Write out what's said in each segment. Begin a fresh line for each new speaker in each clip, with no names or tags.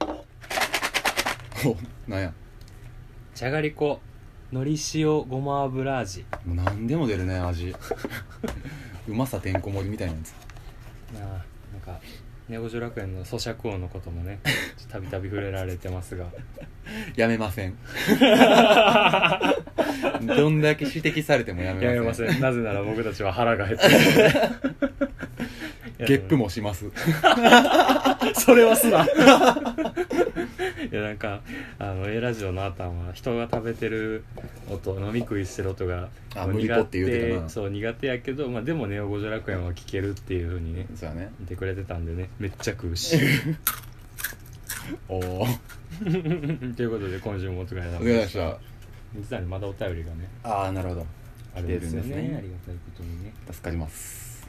お なんや
じゃがりこのり塩ごま油味
もう何でも出るね味うまさてんこ盛りみたいなやつ
なあなんかネゴジョ楽園の咀嚼音のこともね ちょっとたびたび触れられてますが
やめませ んどんだけ指摘されてもやめま
や
せん
めませんなぜなら僕たちは腹が 減ってるので
ゲップもします
それはすな いやなんかあの A ラジオのあたんは人が食べてる音飲み食いしてる音が
あ
もう
無理ぽって言うてたな
そう苦手やけど、まあ、でもネオ五条楽園は聞けるっていうふうにね
そうやね
言ってくれてたんでねめっちゃ食うし
おお
ということで今週もお疲れ様
お疲れ様
で
で
し
したた
実はねまだお便りがね
ああなるほど
あるんですよ
来て
ね
るんですね
ありがたいことにね
助かります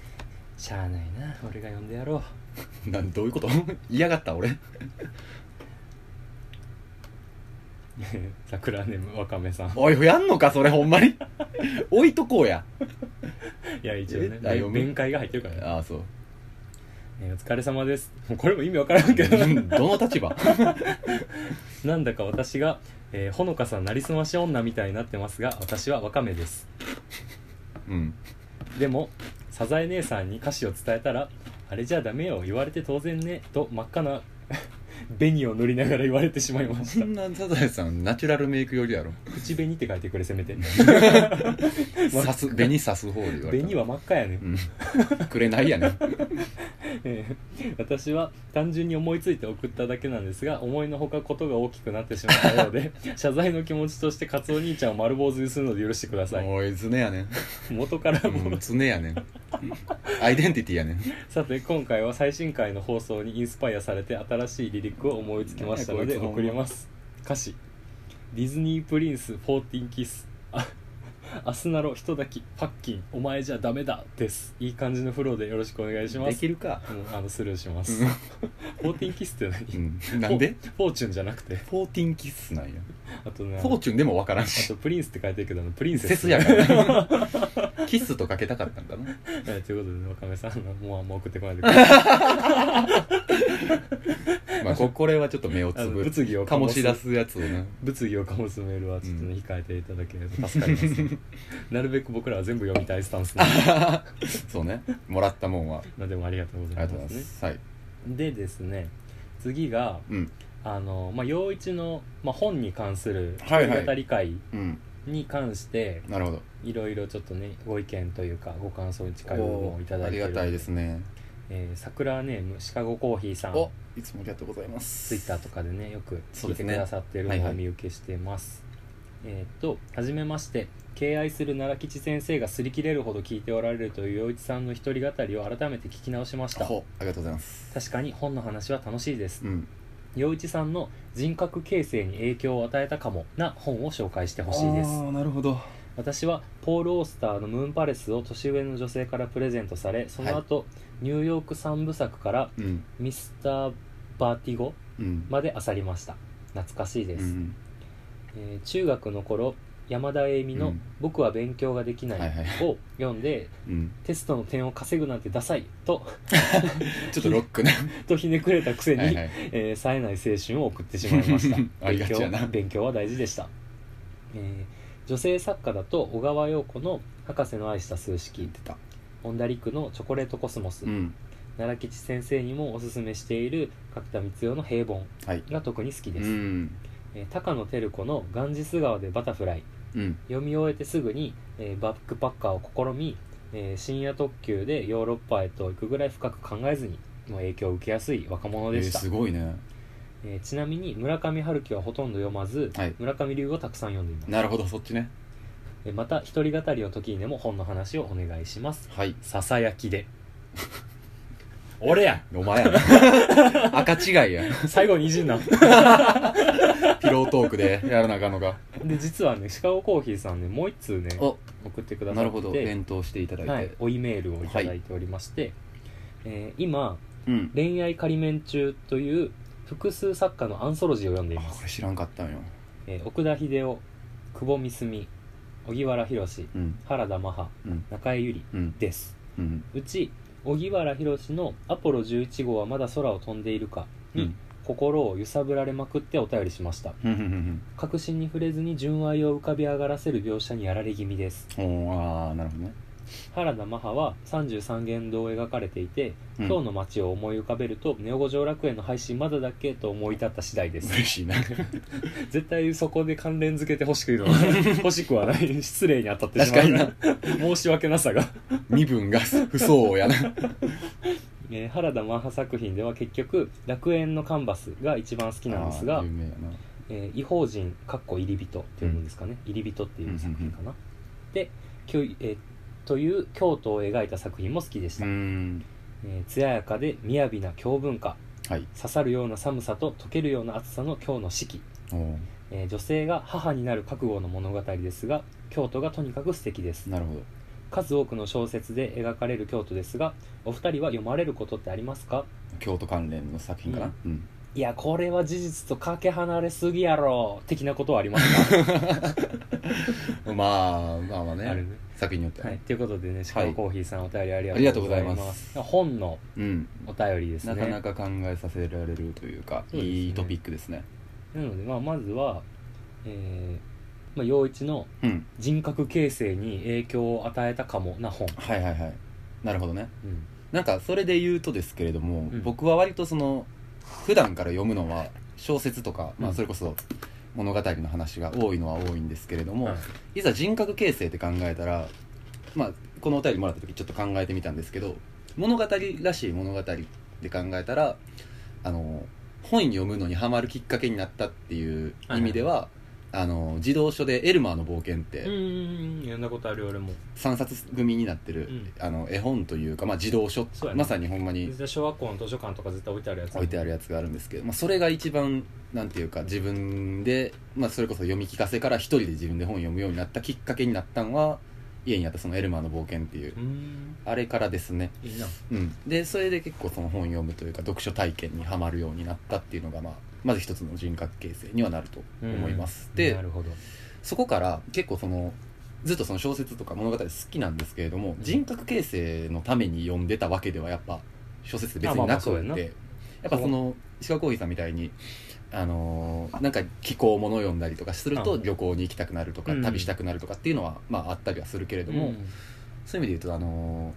しゃあないな俺が呼んでやろう
なんどういうこと嫌がった俺
桜ねむわか めさん
おいやんのかそれほんまに置いとこうや
いや一応ね
えあ読む
弁解が入ってるからね
ああ そう
えーお疲れ様ですもうこれも意味わからんけど
うんどの立場
なんだか私が、えーほのかさんなりすまし女みたいになってますが私はわかめです
うん
でもサザエ姉さんに歌詞を伝えたらあれじゃダメよ言われて当然ねと真っ赤な 紅を塗りながら言われてしまいま
そ
した
んなサザエさんナチュラルメイクよりやろ
口紅って書いてくれせめ て
刺す紅刺す方で言われた
紅は真っ赤やねん
うんくれないやね
えー私は単純に思いついて送っただけなんですが思いのほかことが大きくなってしまったようで謝罪の気持ちとしてカツオ兄ちゃんを丸坊主にするので許してください
おい常や ねん
元からも、
うん常やねんアイデンティティやねん
さて今回は最新回の放送にインスパイアされて新しいリリックを思いつきましたの
何
で
やこいつほんま
送ります歌詞「ディズニープリンス14キス」あ「アスナロ人抱きパッキンお前じゃダメだ」ですいい感じのフローでよろしくお願いしま
で
す
きるか
もうあのスルーします14キスって何
うんなんで
フォーチュンじゃなくて
フォーティンキッスなんや
あとねあ
フォー
の
チュンでもわからん
あ
し
とプリンスって書いてるけどあのプリンセス
セスや からなキスとかけたかったんだな
はいということでねわかめさんのもうあんま送ってこないでください
まあここれはちょっと目を
あ
つ
の
ぶ
物議を
醸し出すやつをね
物議を醸すメールはちょっとね、
うん
控えていただければ助かります、 なるべく僕らは全部読みたいスタンスな
そうねもらったもんは
のでもありがとうご
あ
ざ
りが
い
とう
ま
ご
す
ざい
ね
ますはい
でですね次が
うん
あの、まあ、陽一の、まあ、本に関する
はいはい
弾き語り会
うん
に関して
なるほど
いろいろちょっとねご意見というかご感想に近いものをいただいて
ありがたいですね
えー桜ネームシカゴコーヒーさん
おいつもありがとうございます
ツイッターとかでねよく
そ
聞
う
い
です
てく
ね
ださってる
はい
のを
はい
お見受けしてますえーっとはじめまして敬愛する奈良吉先生が擦り切れるほど聞いておられるという陽一さんの一人語りを改めて聞き直しました
ほありがとうございます
確かに本の話は楽しいです
うん
陽一さんの人格形成に影響を与えたかもな本を紹介してほしいです
あーなるほど
私はポール・オースターの「ムーンパレス」を年上の女性からプレゼントされその後、ニューヨーク三部作から
うん
「ミスター・バーティゴ」
うん
まで漁りました懐かしいです、
うん
えー中学の頃山田栄美
う
の
ん
「僕は勉強ができな
はい
い
はい」
を読んで
うん
テストの点を稼ぐなんてダサいと
ちょっとロックね
とひねくれたくせに、
はいはい
えー冴えない青春を送ってしまいました
ありがちやな
勉強勉強は大事でした、えー女性作家だと小川陽子の「博士の愛した数
聞い
式
てた」
オンダリクの「チョコレートコスモス」
うん
奈良吉先生にもおすすめしている角田光代の「平凡
はい」
が特に好き
う
です、
ん
えー高野照子の「ガンジス川でバタフライ」
うん
読み終えてすぐに、えーバックパッカーを試み、えー深夜特急でヨーロッパへと行くぐらい深く考えずにもう影響を受けやすい若者で
えー
した、え
すごいね
ーちなみに村上春樹はほとんど読まず、
はい
村上龍をたくさん読んでいます、
なるほどそっちね
えーまた一人語りの時にでも本の話をお願いします
はい
ささやきで 俺や
お前 やな赤違いや
最後にじんなん
ピロートークでやらなあかんのか
で実はねシカゴコーヒーさんねもう一通ね
お
送ってくださ
な
ってて
るほど連投していただいて、
はい、おいメールをいただいておりまして、えー今
うん
恋愛仮面中という複数作家のアンソロジーを読んでい
あ
ま
こ
す
れ、知らんかったんよ
えー奥田秀夫久保美澄荻原博
うん
原田真帆
うん
中江百合
うん
です
うん
うち荻原博の「アポロ11号はまだ空を飛んでいるか」
う
に、
ん
心を揺さぶられまくってお便りしました
うんうん
確信に触れずに純愛を浮かび上がらせる描写にやられ気味です
うんおーああなるほどね
原田マハは33言動を描かれていて、
うん
今日の街を思い浮かべるとネオ五条楽園の配信まだだっけと思い立った次第です
嬉しいな
絶対そこで関連付けて欲しくいるのは 欲しくはない失礼に当たってしまう
確
申し訳なさが
身分が不相応やな
えー 原田マハ作品では結局楽園のカンバスが一番好きなんですが
あー有名やな
えー異邦人かっこ入り人っていうんですかね、入り人っていう作品かな、できょいえーという京都を描いた作品も好きでし
う
た、
ーん
えー艶やかで雅な京文化
はい
刺さるような寒さと溶けるような暑さの京の四季、
おー
えー女性が母になる覚悟の物語ですが京都がとにかく素敵です
なるほど
数多くの小説で描かれる京都ですがお二人は読まれることってありますか
京都関連の作品かな、うん
いやこれは事実とかけ離れすぎやろ的なことはありますか、
まあまあまあね
あるね
作品によっては
はい、
ね
ということでねシカゴコーヒーさん、お便りありがとうございます本の
うん
お便りですね
なかなか考えさせられるというか
そうですね
いいトピックですね
なので、まあ、まずは、えーまあ、陽一の
うん
人格形成に影響を与えたかもな本、
はいはいはいなるほどね
うん
なんかそれで言うとですけれども、
うん
僕は割とその普段から読むのは小説とか、ま
う
あ、
ん
それこそ物語の話が多いのは多いんですけれども、
はい
い、ざ人格形成って考えたら、まあ、このお便りもらった時ちょっと考えてみたんですけど物語らしい物語で考えたらあの本読むのにハマるきっかけになったっていう意味では、あの児童書で「エルマーの冒険」って、
うん読んだことある俺も
3冊組になってる、
うん
あの絵本というか、まあ、児童書、
そうやね
まさにほんまに
絶対小学校の図書館とか絶対置いてあるやつ
置いてあ
る
るやつがあるんですけど、まあ、それが一番なんていうか自分で、まあ、それこそ読み聞かせから一人で自分で本読むようになったきっかけになったのは家にあったその「エルマーの冒険」っていう
うん
あれからですね、
いいな
うん、でそれで結構その本読むというか読書体験にはまるようになったっていうのが、まあ、まず一つの人格形成にはなると思います、で
なるほど
そこから結構そのずっとその小説とか物語好きなんですけれども人格形成のために読んでたわけではやっぱ小説って別になく
あまあまあそうやな
ってやっぱその石川浩さんみたいにあのーなんか気候もの読んだりとかする
う
と
ん
旅行に行きたくなるとか
うん
旅したくなるとかっていうのはまああったりはするけれども、そういう意味で言うとあの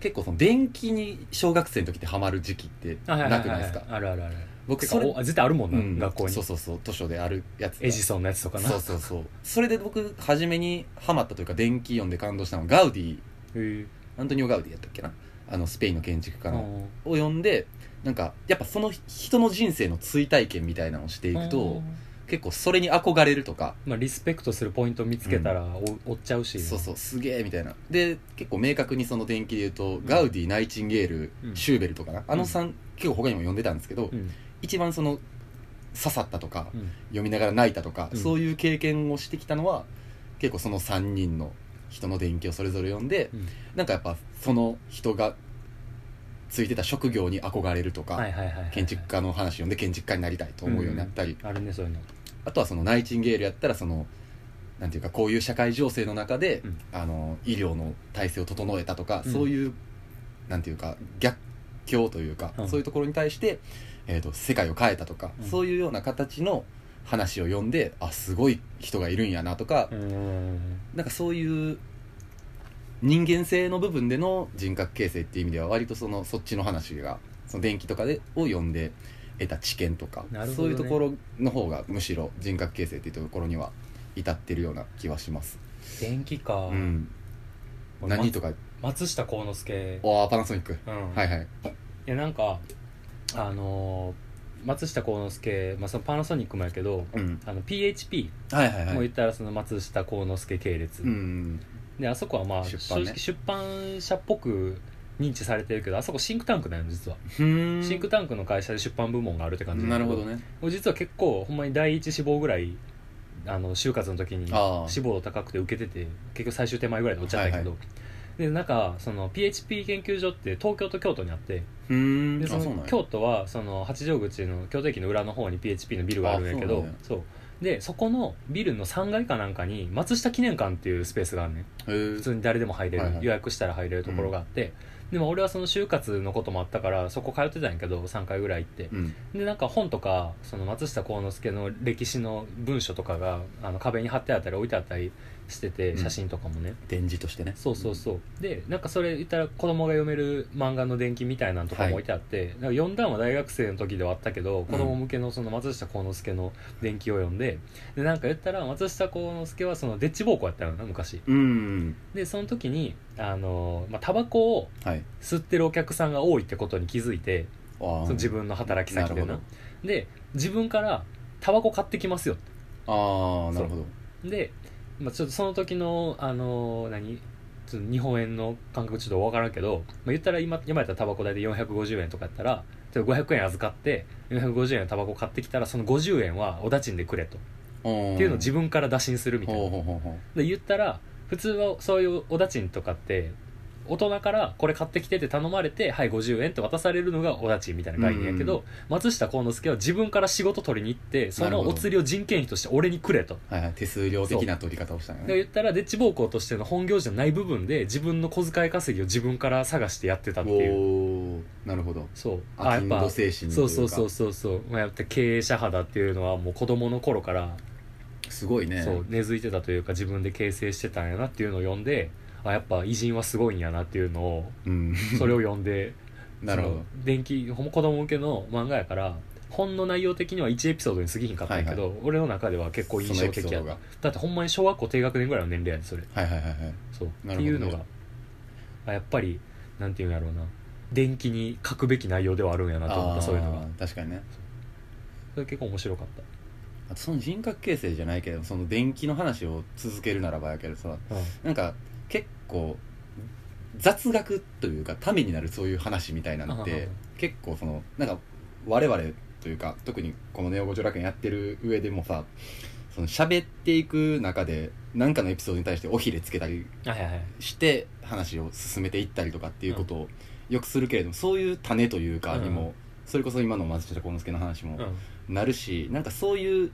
ー結構その電気に小学生の時ってハマる時期って
あははは
なくないですか
あるあるある
僕
てか
それ
おあ絶対あるもん
う
な、
ん
学校に
そうそうそう図書であるやつが
エジソンのやつとかな
そうそうそうそれで僕初めにハマったというか電気音で感動したのはガウディ
へえ
アントニオ・ガウディやったっけなあのスペインの建築家
う
の、
ん
を読んでなんかやっぱその人の人生の追体験みたいなのをしていくと、
うん
結構それに憧れるとか、
まあ、リスペクトするポイント見つけたらお追っちゃうし
そうそうすげえみたいなで結構明確にその電気で言うと、ガウディナイチンゲール、
うん
シューベルとかなあの3、結構他にも読んでたんですけど、
うん
一番その刺さったとか
うん
読みながら泣いたとか、
うん
そういう経験をしてきたのは結構その3人の人の伝記をそれぞれ読んで、
うん
なんかやっぱその人がついてた職業に憧れるとか、
はいはいはいはい
建築家の話読んで建築家になりたいと思うようになったり、
あるねそういうの
あとはそのナイチンゲールやったらそのなんていうかこういう社会情勢の中で、
うん
あの医療の体制を整えたとか、
うん
そういうなんていうか逆境というか、
うん
そういうところに対して、えー、と世界を変えたとか、
うん
そういうような形の話を読んであすごい人がいるんやなとか、
うん
なんかそういう人間性の部分での人格形成っていう意味では割とそのそっちの話がその電気とかでを読んで得た知見とか、
なるほどね
そういうところの方がむしろ人格形成っていうところには至ってるような気はします、
電気か、
うん、
俺
何とか
松下幸之助、
ああパナソニック
うん
はいはい
いやなんかあのー松下幸之助、まあ、そのパナソニックもやけど
うん
あの PHP
はいはい
も
は
言
い
ったらその松下幸之助系列、
うん
であそこはまあ、
出
正
版ね
直出版社っぽく認知されてるけどあそこシンクタンクだよ実は、
ふーん
シンクタンクの会社で出版部門があるって感じ
なるほ
ね
どね
もう実は結構ほんまに第一志望ぐらいあの就活の時に
ああ
志望度高くて受けてて結局最終手前ぐらいで落ちちゃったけど、でなんかその PHP 研究所って東京と京都にあって
ふーん
で
あそ
そ
うなん
の
や
京都はその八丈口の京都駅の裏の方に PHP のビルがあるんやけ
あそ
ど
うなんや
そうでそこのビルの3階かなんかに松下記念館っていうスペースがあるねん
へー
普通に誰でも入れる、
はいはい
予約したら入れるところがあって、でも俺はその就活のこともあったからそこ通ってたんやけど3回ぐらい行って
うん
でなんか本とかその松下幸之助の歴史の文書とかがあの壁に貼ってあったり置いてあったりしてて
うん
写真とかもね、
展示としてね
そうそうそうでなんかそれ言ったら子供が読める漫画の伝記みたいなのとかも置いてあって、なんか読んだのは大学生の時ではあったけど子供向けのその松下幸之助の伝記を読んででなんか言ったら松下幸之助はそのデッチ暴行やったよな昔
うんうん
でその時にあの、まあ、タバコを
はい
吸ってるお客さんが多いってことに気づいて
あー
その自分の働き先で
な
な
る
で自分からタバコ買ってきますよって
ああなるほど
で、まあ、ちょっとその時のあの何ちょっと日本円の感覚ちょっと分からんけど、まあ、言ったら今今やったらタバコ代で450円とかやったらちょっと500円預かって450円のタバコ買ってきたらその50円はお駄賃でくれと、
うん
っていうのを自分から打診するみたいな
ほうほうほうほう
で言ったら普通はそういうお駄賃とかって大人からこれ買ってきてって頼まれてはい50円って渡されるのがお駄賃みたいな概念やけど、
うん
松下幸之助は自分から仕事取りに行ってそ
なる
の
ほど
お釣りを人件費として俺にくれと。
はいはい手数料的な取り方をしたんや
で
ね
言ったらデッチ暴行としての本業じゃない部分で自分の小遣い稼ぎを自分から探してやってたっていう
おーなるほど
そう
あ勤労精神と
そ
いううか
そうそうそうそう、まあ、やっぱ経営者派だっていうのはもう子供の頃から
すごいね
そう根付いてたというか自分で形成してたんやなっていうのを読んであやっぱ偉人はすごいんやなっていうのを
うん
それを読んで
なるほ
そ
ど
の電気ほんま子供向けの漫画やから本の内容的には1エピソードに過ぎひんかったんやけど、俺の中では結構印象的
そのエピソ
や
ードが
だってほんまに小学校低学年ぐらいの年齢やでそれ
はいはいはいはい
そう、
なるほ
って
どね
いうのがあやっぱりなんていうんやろうな電気に書くべき内容ではあるんやなと思っ
あ
たそういうのが
ー確かにね
それ結構面白かった
あとその人格形成じゃないけどその電気の話を続けるならばやけどさなんか結構雑学というかためになるそういう話みたいなのっ
あはは
て結構そのなんか我々というか特にこの「ネオ五条楽園」やってる上でもさその喋っていく中で何かのエピソードに対して尾ひれつけたり
はいはいはい
して話を進めていったりとかっていうことをよくするけれども、そういう種というかに
うんう
も、それこそ今の松下幸之助の話も
うん
なるし、なんかそういう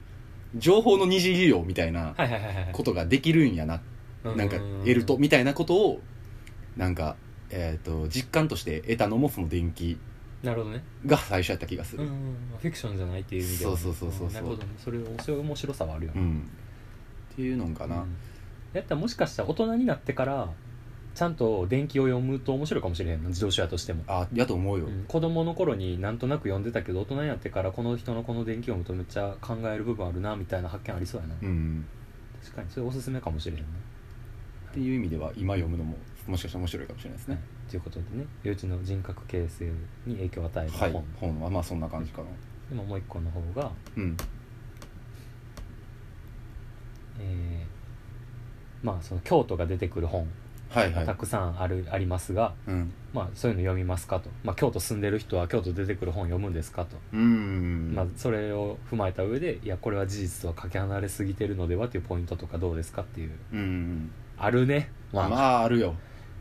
情報の二次利用みたいな
はいはいはいはい
ことができるんやななんか得るとみたいなことをなんか、えー、と実感として得たのもその電気
なるほどね
が最初やった気がす
う
る
んうんうんフィクションじゃないっていう意味ではね
そうそうそうそうそうん
なるほどねそれそういう面白さはあるよ
う
ね
んっていうのかな、
うんやったらもしかしたら大人になってからちゃんと電気を読むと面白いかもしれへんの自動車としても
あやと思うよ、
うん子供の頃になんとなく読んでたけど大人になってからこの人のこの電気を求めっちゃ考える部分あるなみたいな発見ありそうやな、
うん
確かにそれおすすめかもしれへんね
っていう意味では今読むのももしかしたら面白いかもしれないですね、
ということでね幼稚の人格形成に影響を与える
は
本、
い本はまあそんな感じかな
でももう一個の方が、
うん
えーまあその京都が出てくる本
はいは
がた
い
くさんある、ありますが
うん
まあそういうの読みますかと、まあ、京都住んでる人は京都出てくる本読むんですかと、
うん
まあ、それを踏まえた上でいやこれは事実とはかけ離れすぎてるのではというポイントとかどうですかっていう
うん
あるね
ま
まあ、
あ、
ま
あ、るよ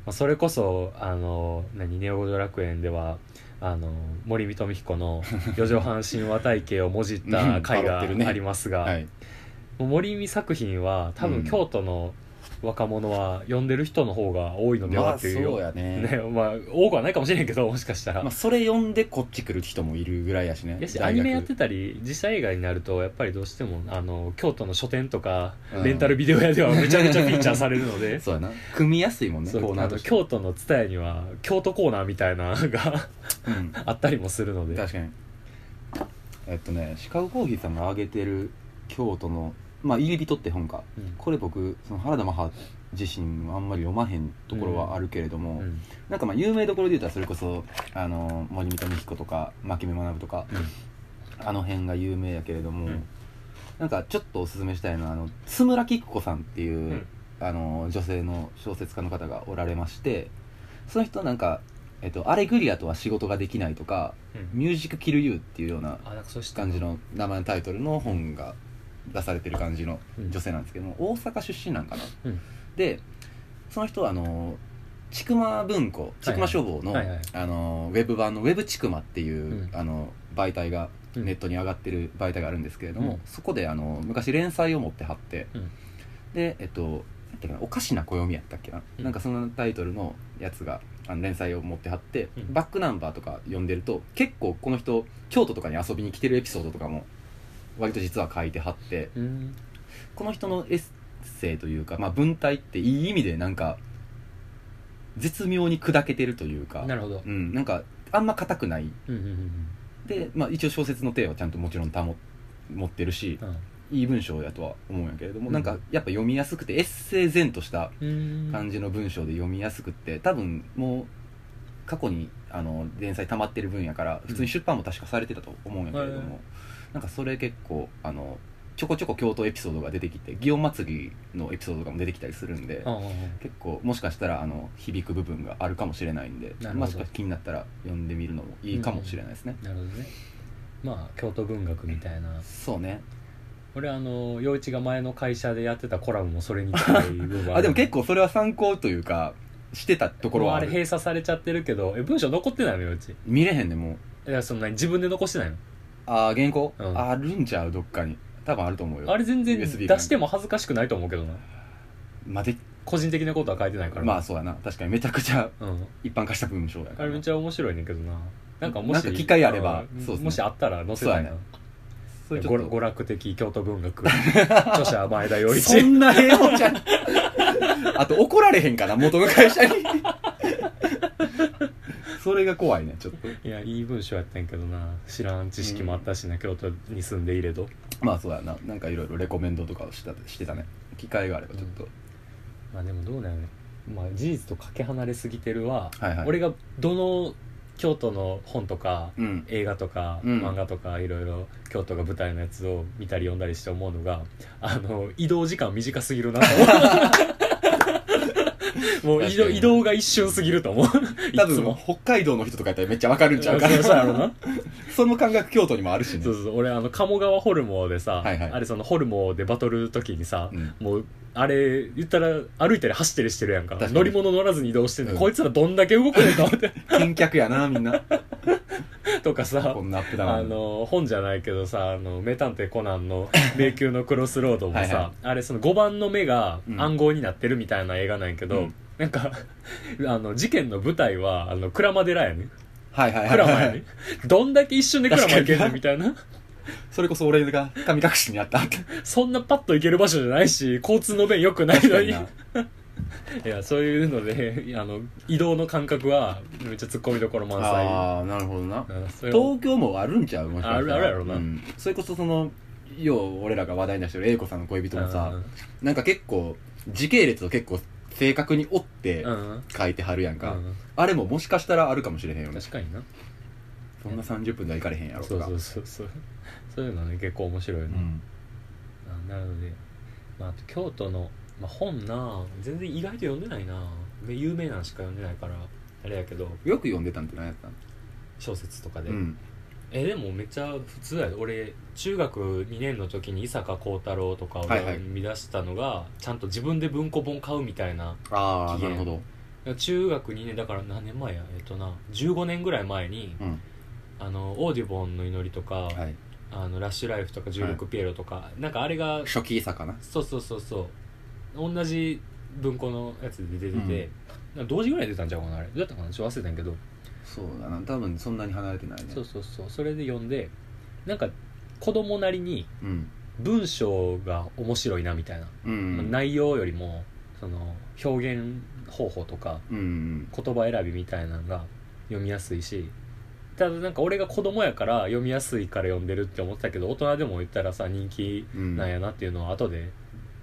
あそれこそあの何ネオ五条楽園ではあの森見富 彦の四畳半神話体系をもじった回
うんパロ
が
ってるね
ありますが、
はい
もう森見作品は多
う
分
ん
京都の若者は読んでる人の方が多いので
ま
は
あ
っていうよ、
そうやね
ねまあ多くはないかもしれんけどもしかしたら、
まあ、それ読んでこっち来る人もいるぐらいやしね
やしア
大学
ニメやってたり実写映画になるとやっぱりどうしてもあの京都の書店とか
うん
レンタルビデオ屋 ではめちゃめちゃピーチャーされるので
そうやな組みやすいもんね
そう
コーナー
あ
と
の
して
京都の蔦屋には京都コーナーみたいなのが
うん
あったりもするので
確かにえっとねシカゴコーヒーさんが挙げてる京都のまあ「入り人」って本か
うん
これ僕その原田マハ自身あんまり読まへんところはあるけれども、
うん
なんかまあ有名どころで言うたらそれこそあの森見富彦とか牧目学とか、あの辺が有名やけれども、
うん
なんかちょっとおすすめしたいのはあの津村きっこさんっていう、
うん
あの女性の小説家の方がおられましてその人なんか、えっと「アレグリアとは仕事ができない」とか
うん
「ミュージック・キル・ユー」っていうような
あなんかそうした
感じの名前のタイトルの本が出されてる感じの
うん
女性なんですけども大阪出身なんかな、
うん
でその人はあのちくま文庫ちくま書房の,、
はいはい
あのウェブ版のウェブちくまっていう、
うん
あの媒体が
うん
ネットに上がってる媒体があるんですけれども、
うん
そこであの昔連載を持って貼って、
うん
でえっとなんだっけなおかしな暦やったっけな、
うん
なんかそのタイトルのやつがあの連載を持ってはって、
うん
バックナンバーとか読んでると結構この人京都とかに遊びに来てるエピソードとかも割と実は書いてはって
うん
この人のエッセイというか、まあ、文体っていい意味でなんか絶妙に砕けてるというか
なるほど
うん、なんかあんま硬くない
うんうんうん
で、まあ、一応小説の体はちゃんともちろん保持ってるし
うん
いい文章やとは思うんやけれども、
うん
なんかやっぱ読みやすくてエッセイ前とした
うん
感じの文章で読みやすくって多分もう過去にあの連載溜まってる分やから普通に出版も確かされてたと思うんやけれど
うんへ
も、なんかそれ結構あのちょこちょこ京都エピソードが出てきて祇園祭りのエピソードとかも出てきたりするんで
うんうんうん
結構もしかしたらあの響く部分があるかもしれないんで
なるほど
もしかしたら気になったら読んでみるのもいいかもしれないですね、
なるほどねまあ京都文学みたいな
そうね
俺あの陽一が前の会社でやってたコラムもそれに近い部分る
あでも結構それは参考というかしてたところ
もう
は
あ
あ
れ
る
閉鎖されちゃってるけどえ文章残ってないの陽一い
見れへんねもう
やそんなに自分で残してないの
ああ原稿、
うん
あるんちゃうどっかに多分あると思うよ
あれ全然
USB
出しても恥ずかしくないと思うけどな
まあで
個人的なことは書いてないから
まあそうやな確かにめちゃくちゃ
うん
一般化した文章や
あ
から
れめっちゃ面白いねんけどななんかもし
なんか機会あれば
うん
そうですね
もしあったら載せたいな、
そうそれちょ
娯
っと
楽娯楽的京都 文学著者前田洋一
そんな英語じゃん あと怒られへんかな元の会社にそれが怖いねちょっと
いやいい文章やったんやけどな知らん知識もあったしな、京都に住んでいれど
まあそうやななんかいろいろレコメンドとかをしたしてたね機会があればちょっと、
まあでもどうだよね、まあ、事実とかけ離れすぎてるは、
はいはい
俺がどの京都の本とか
うん
映画とか
うん
漫画とかいろいろ京都が舞台のやつを見たり読んだりして思うのがあの移動時間短すぎるなと 思うもう移
確か
動
に
移動が一瞬すぎると思うい
多
つ
分
も
北海道の人とかやったらめっちゃわかるんちゃ
そ
う
う
かな
そうやろうな
その感覚京都にもあるしね
そうそう俺あの鴨川ホルモンでさ、
はいはい
あれそのホルモンでバトル時にさ、
うん
もうあれ言ったら歩いたり走ったりしてるやんか
確かに
乗り物乗らずに移動してんの、
うん
こいつらどんだけ動くねんと思って
見客やなみんな
とかさ
こんなアップダ
あ
ウン
の本じゃないけどさ「あの名探偵コナン」 の「迷宮のクロスロード」もさ
はいはい
あれその5番の目が
うん
暗号になってるみたいな映画なんやけど、
うん
なんか あの事件の舞台はあの鞍馬寺やねん
はいはい は
鞍
い、
馬
は
や
い
ね、んどんだけ一瞬で鞍馬行け
確
る
か
の
に
みたいな
それこそ俺が神隠しにあった確
そんなパッと行ける場所じゃないし交通の便良くないの
か
に
に
い
な
やそう いうのでいやあの移動の感覚はめっちゃツッコミどころ満載
ああなるほどな
うんそれを
東京もあるんちゃうもしかしたら
あるあるやろなん
それこそそのよう俺らが話題に出してる英子さんの恋人も
う
さ
ん
なんか結構時系列を結構正確に追って
うんうん
書いてはるやんか、
うん
あれももしかしたらあるかもしれへんよね
確かにな
そんな30分ではいかれへんやろ
そ
と
う
か
そうそうそう そういうのね結構面白いな、
うん
あなので、まあ、あと京都の、まあ、本な全然意外と読んでないなで有名なのしか読んでないからあれやけど
よく読んでたんって何やったの
小説とかで、
うん
えでもめっちゃ普通やで俺中学2年の時に伊坂幸太郎とかを
はいはい
読み出したのが、ちゃんと自分で文庫本買うみたいな
ああ
期
な
限
るほど
中学2年だから何年前やえっとな15年ぐらい前に
うん
あのオーディボンの祈りとか、
はい
あのラッシュライフとか16ピエロとか、なんかあれが
初期作かな
そうそうそうそう同じ文庫のやつで出てて、なんか同時ぐらいで出たんちゃうかなあれどうやったかなちょっと忘れたんやけど、
そうだな多分そんなに離れてないね
そうそうそうそれで読んでなんか子供なりに
うん
文章が面白いなみたいな、
うん
内容よりもその表現方法とか
うんうん
言葉選びみたいなのが読みやすいしただなんか俺が子供やから読みやすいから読んでるって思ってたけど大人でも言ったらさ人気
うん
なんやなっていうのは後で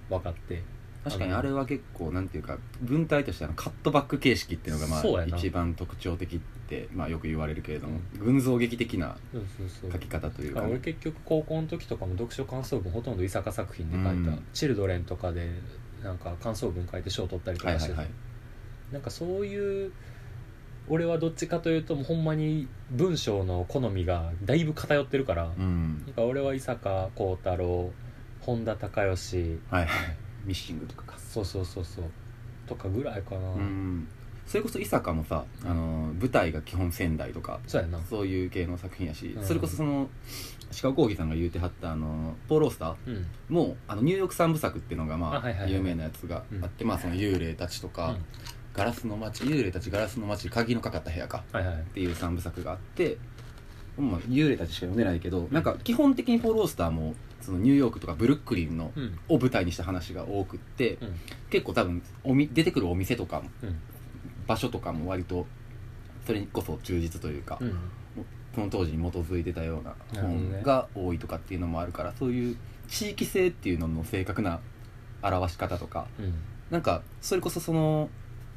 分かって、
確かに
あの
あれは結構なんていうか文体としてはカットバック形式っていうのがま
そうや
あ
な
一番特徴的ってまあよく言われるけれども群像劇的な
そうそうそう
書き方というか
だから
ね
俺結局高校の時とかも読書感想文ほとんど伊坂作品で書いた、
うん
チルドレンとかでなんか感想文書いて賞取ったりと
はい
か
は
して
い
た、
はい
なんかそういう俺はどっちかというともうほんまに文章の好みがだいぶ偏ってるから、
うん
なんか俺は伊坂幸太郎本田孝義
はいはいミッシングとかか
そうそうそうそうとかぐらいかな、
うんそれこそ伊坂もさあの舞台が基本仙台とか
そうやな
そういう系の作品やし
うん
それこそその鹿尾義さんが言うてはったあのポーロースター
うん
もあのニューヨーク三部作っていうのがま
あはいはい
あ
はい
有名なやつがあってまあその幽霊たちとか
うん
ガラスの街幽霊たちガラスの街鍵のかかった部屋か
はいはい
っていう3部作があって、まあ、幽霊たちしか読んでないけどなんか基本的にフォロースターもそのニューヨークとかブルックリンの
うん
を舞台にした話が多くって、
うん
結構多分おみ出てくるお店とかも
うん
場所とかも割とそれこそ忠実というか、
うん
その当時に基づいてたような本が多いとかっていうのもあるからそういう地域性っていうのの正確な表し方とか
うん
なんかそれこそその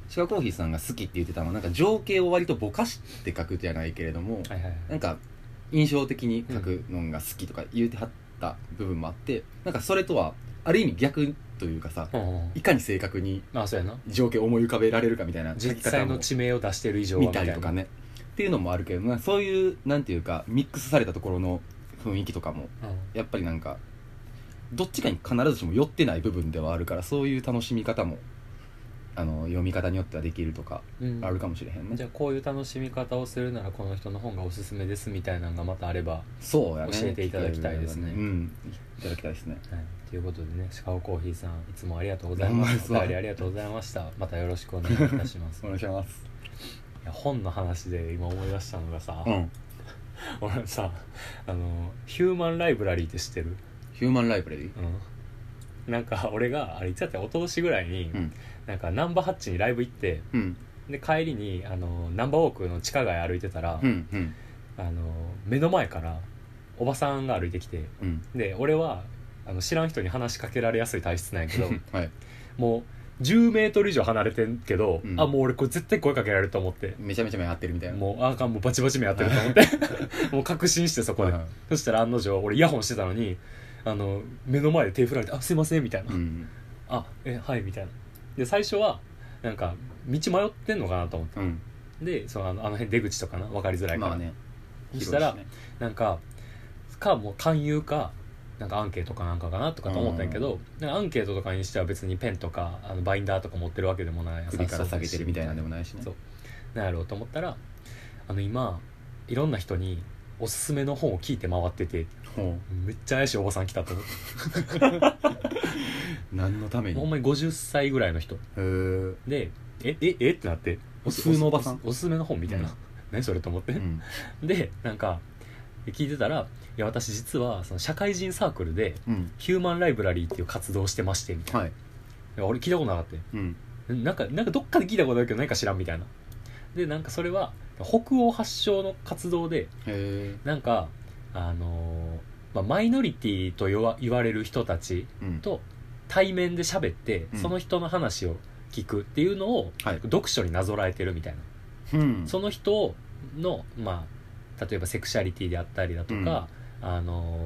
シガコーヒーさんが好きって言ってたのはなんか情景を割とぼかして書くじゃないけれども、
はいはい
なんか印象的に書くのが好きとか言うてはった部分もあって、なんかそれとはある意味逆というかさ
ほうほ
いかに正確に
うあそうやな
情景を思い浮かべられるかみたいな
実際の
書き
地名を出してる以上
方
は
も見たりとかねっていうのもあるけどなそういうなんていうかミックスされたところの雰囲気とかも
みたいなうん
やっぱりなんかどっちかに必ずしも寄ってない部分ではあるからそういう楽しみ方もあの読み方によってはできるとか
うん
あるかもしれへんね、
じゃあこういう楽しみ方をするならこの人の本がおすすめですみたいなのがまたあれば、は
そうやね
教えていただきたいですね
うんいただきたいですね
い、ということでねシカゴコーヒーさんいつもありがとうござい
ほ
ま
んまですす
お
わ
便りありがとうございましたまたよろしくお願いいたしますい
お願いします
や本の話で今思い出したのがさ、
うん
俺さあのヒューマンライブラリーって知ってる、
ヒューマンライブラリー
うん、なんか俺があれいつだったら一昨年ぐらいに、
うん
なんかナンバーハッチにライブ行って
うん
で帰りにあのナンバーウォークの地下街歩いてたら、
うんうん
あの目の前からおばさんが歩いてきて
うん
で俺はあの知らん人に話しかけられやすい体質なんやけど
はい
もう1 0ル以上離れてんけど、
うん
あもう俺これ絶対声かけられると思って
めちゃめちゃ目合ってるみたいな
もうあかんもうバチバチ目合ってると思って もう確信してそこで、
はいはい
そしたら案の定俺イヤホンしてたのにあの目の前で手振られて「あすいません」みたいな「
うん
あえはい」みたいなで最初はなんか道迷ってんのかなと思って
うん
でそのあのあの辺出口とかな分かりづらいから、
まあね
そしたら
広いしね
なんかかもう勧誘かなんかアンケートかなんかかなとかと思ったんやけど、なんかアンケートとかにしては別にペンとかあのバインダーとか持ってるわけでもない
首から
さ
下げてるみたいなんでも
な
ないしね
そうなんやろうと思ったらあの今いろんな人におすすめの本を聞いて回ってて
ほ
めっちゃ怪しいおばさん来たと思って
う何のために
ほんまに50歳ぐらいの人
へー
でえええってなって
普通のおばさん
おすすめの本みたいな、
うん
何それと思って、
うん
でなんか聞いてたら「いや私実はその社会人サークルで
うん
ヒューマンライブラリーっていう活動をしてまして」みたいな
はい
いや俺聞いたことなかったよ
うん
なんかなんかどっかで聞いたことあるけど何か知らんみたいなでなんかそれは北欧発祥の活動で
へ
なんかあのーまあ、マイノリティと言わ言われる人たち
えうん
と対面で喋って
うん
その人の話を聞くっていうのを
はい
読書になぞらえてるみたいな
うん
その人の、まあ、例えばセクシャリティであったりだとか、あの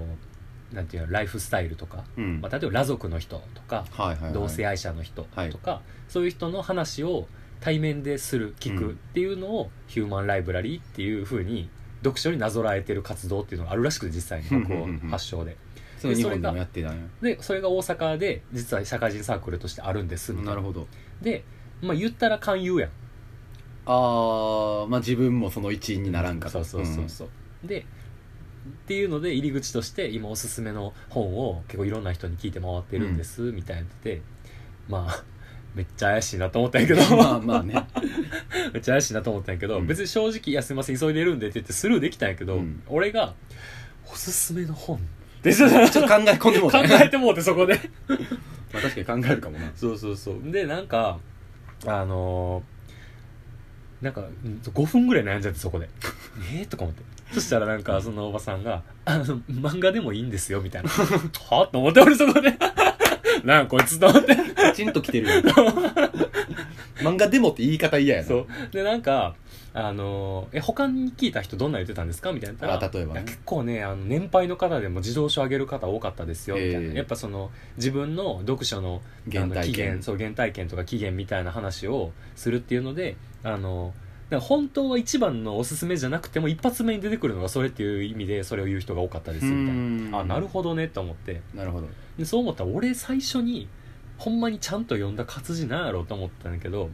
なんていうのライフスタイルとか、
うん
まあ、例えば裸族の人とか、
はいはいはい
同性愛者の人
はい
とか、そういう人の話を対面でする聞
う
くっ
ん
ていうのを、ヒューマンライブラリーっていうふうに読書になぞらえてる活動っていうのがあるらしくて実際に
うん
北
う
欧
んうんうん
発祥で
それ日本でもやってたん
でそれが大阪で実は社会人サークルとしてあるんです
や
みたいな
なるほど
で、まあ、言ったら勧誘やん
あーまあ自分もその一員にならんか
そうそうそうそう、でっていうので入り口として今おすすめの本を結構いろんな人に聞いて回ってるんですみたいなので、まあめっちゃ怪しいなと思ったんやけど
うんまあまあね
めっちゃ怪しいなと思ったんやけど、
うん
別に正直「いやすいません急いでるんで」って言ってスルーできたんやけど、
うん
俺が「おすすめの本」って
ちょっと考え込んでもう
考
たね
えてもうてそこで
まあ確かに考えるかもな
そうそうそうでなんかあのーなんかうん5分ぐらい悩んじゃってそ こでえーとか思ってそしたらなんかそのおばさんが「あの漫画でもいいんですよ」みたい な「はあ?」と思って俺そこ でなんかこいつと思って
カチンときてる やん漫画でもって言い方嫌やな
そうでなんかあのえ他に聞いた人どんな言ってたんですかみたいな
あ例えばね
いや結構ねあの年配の方でも自動書上げる方多かったですよみたいな、
ええ
やっぱその自分の読書のあ
原
の
体
期
験
限そう原体験とか期限みたいな話をするっていうのであのだから本当は一番のおすすめじゃなくても一発目に出てくるのがそれっていう意味でそれを言う人が多かったですみたいなあなる
ほ
ほどねと思って
どなるほど
でそう思ったら俺最初にほんまにちゃんと読んだ活字なんやろうと思ったんだけど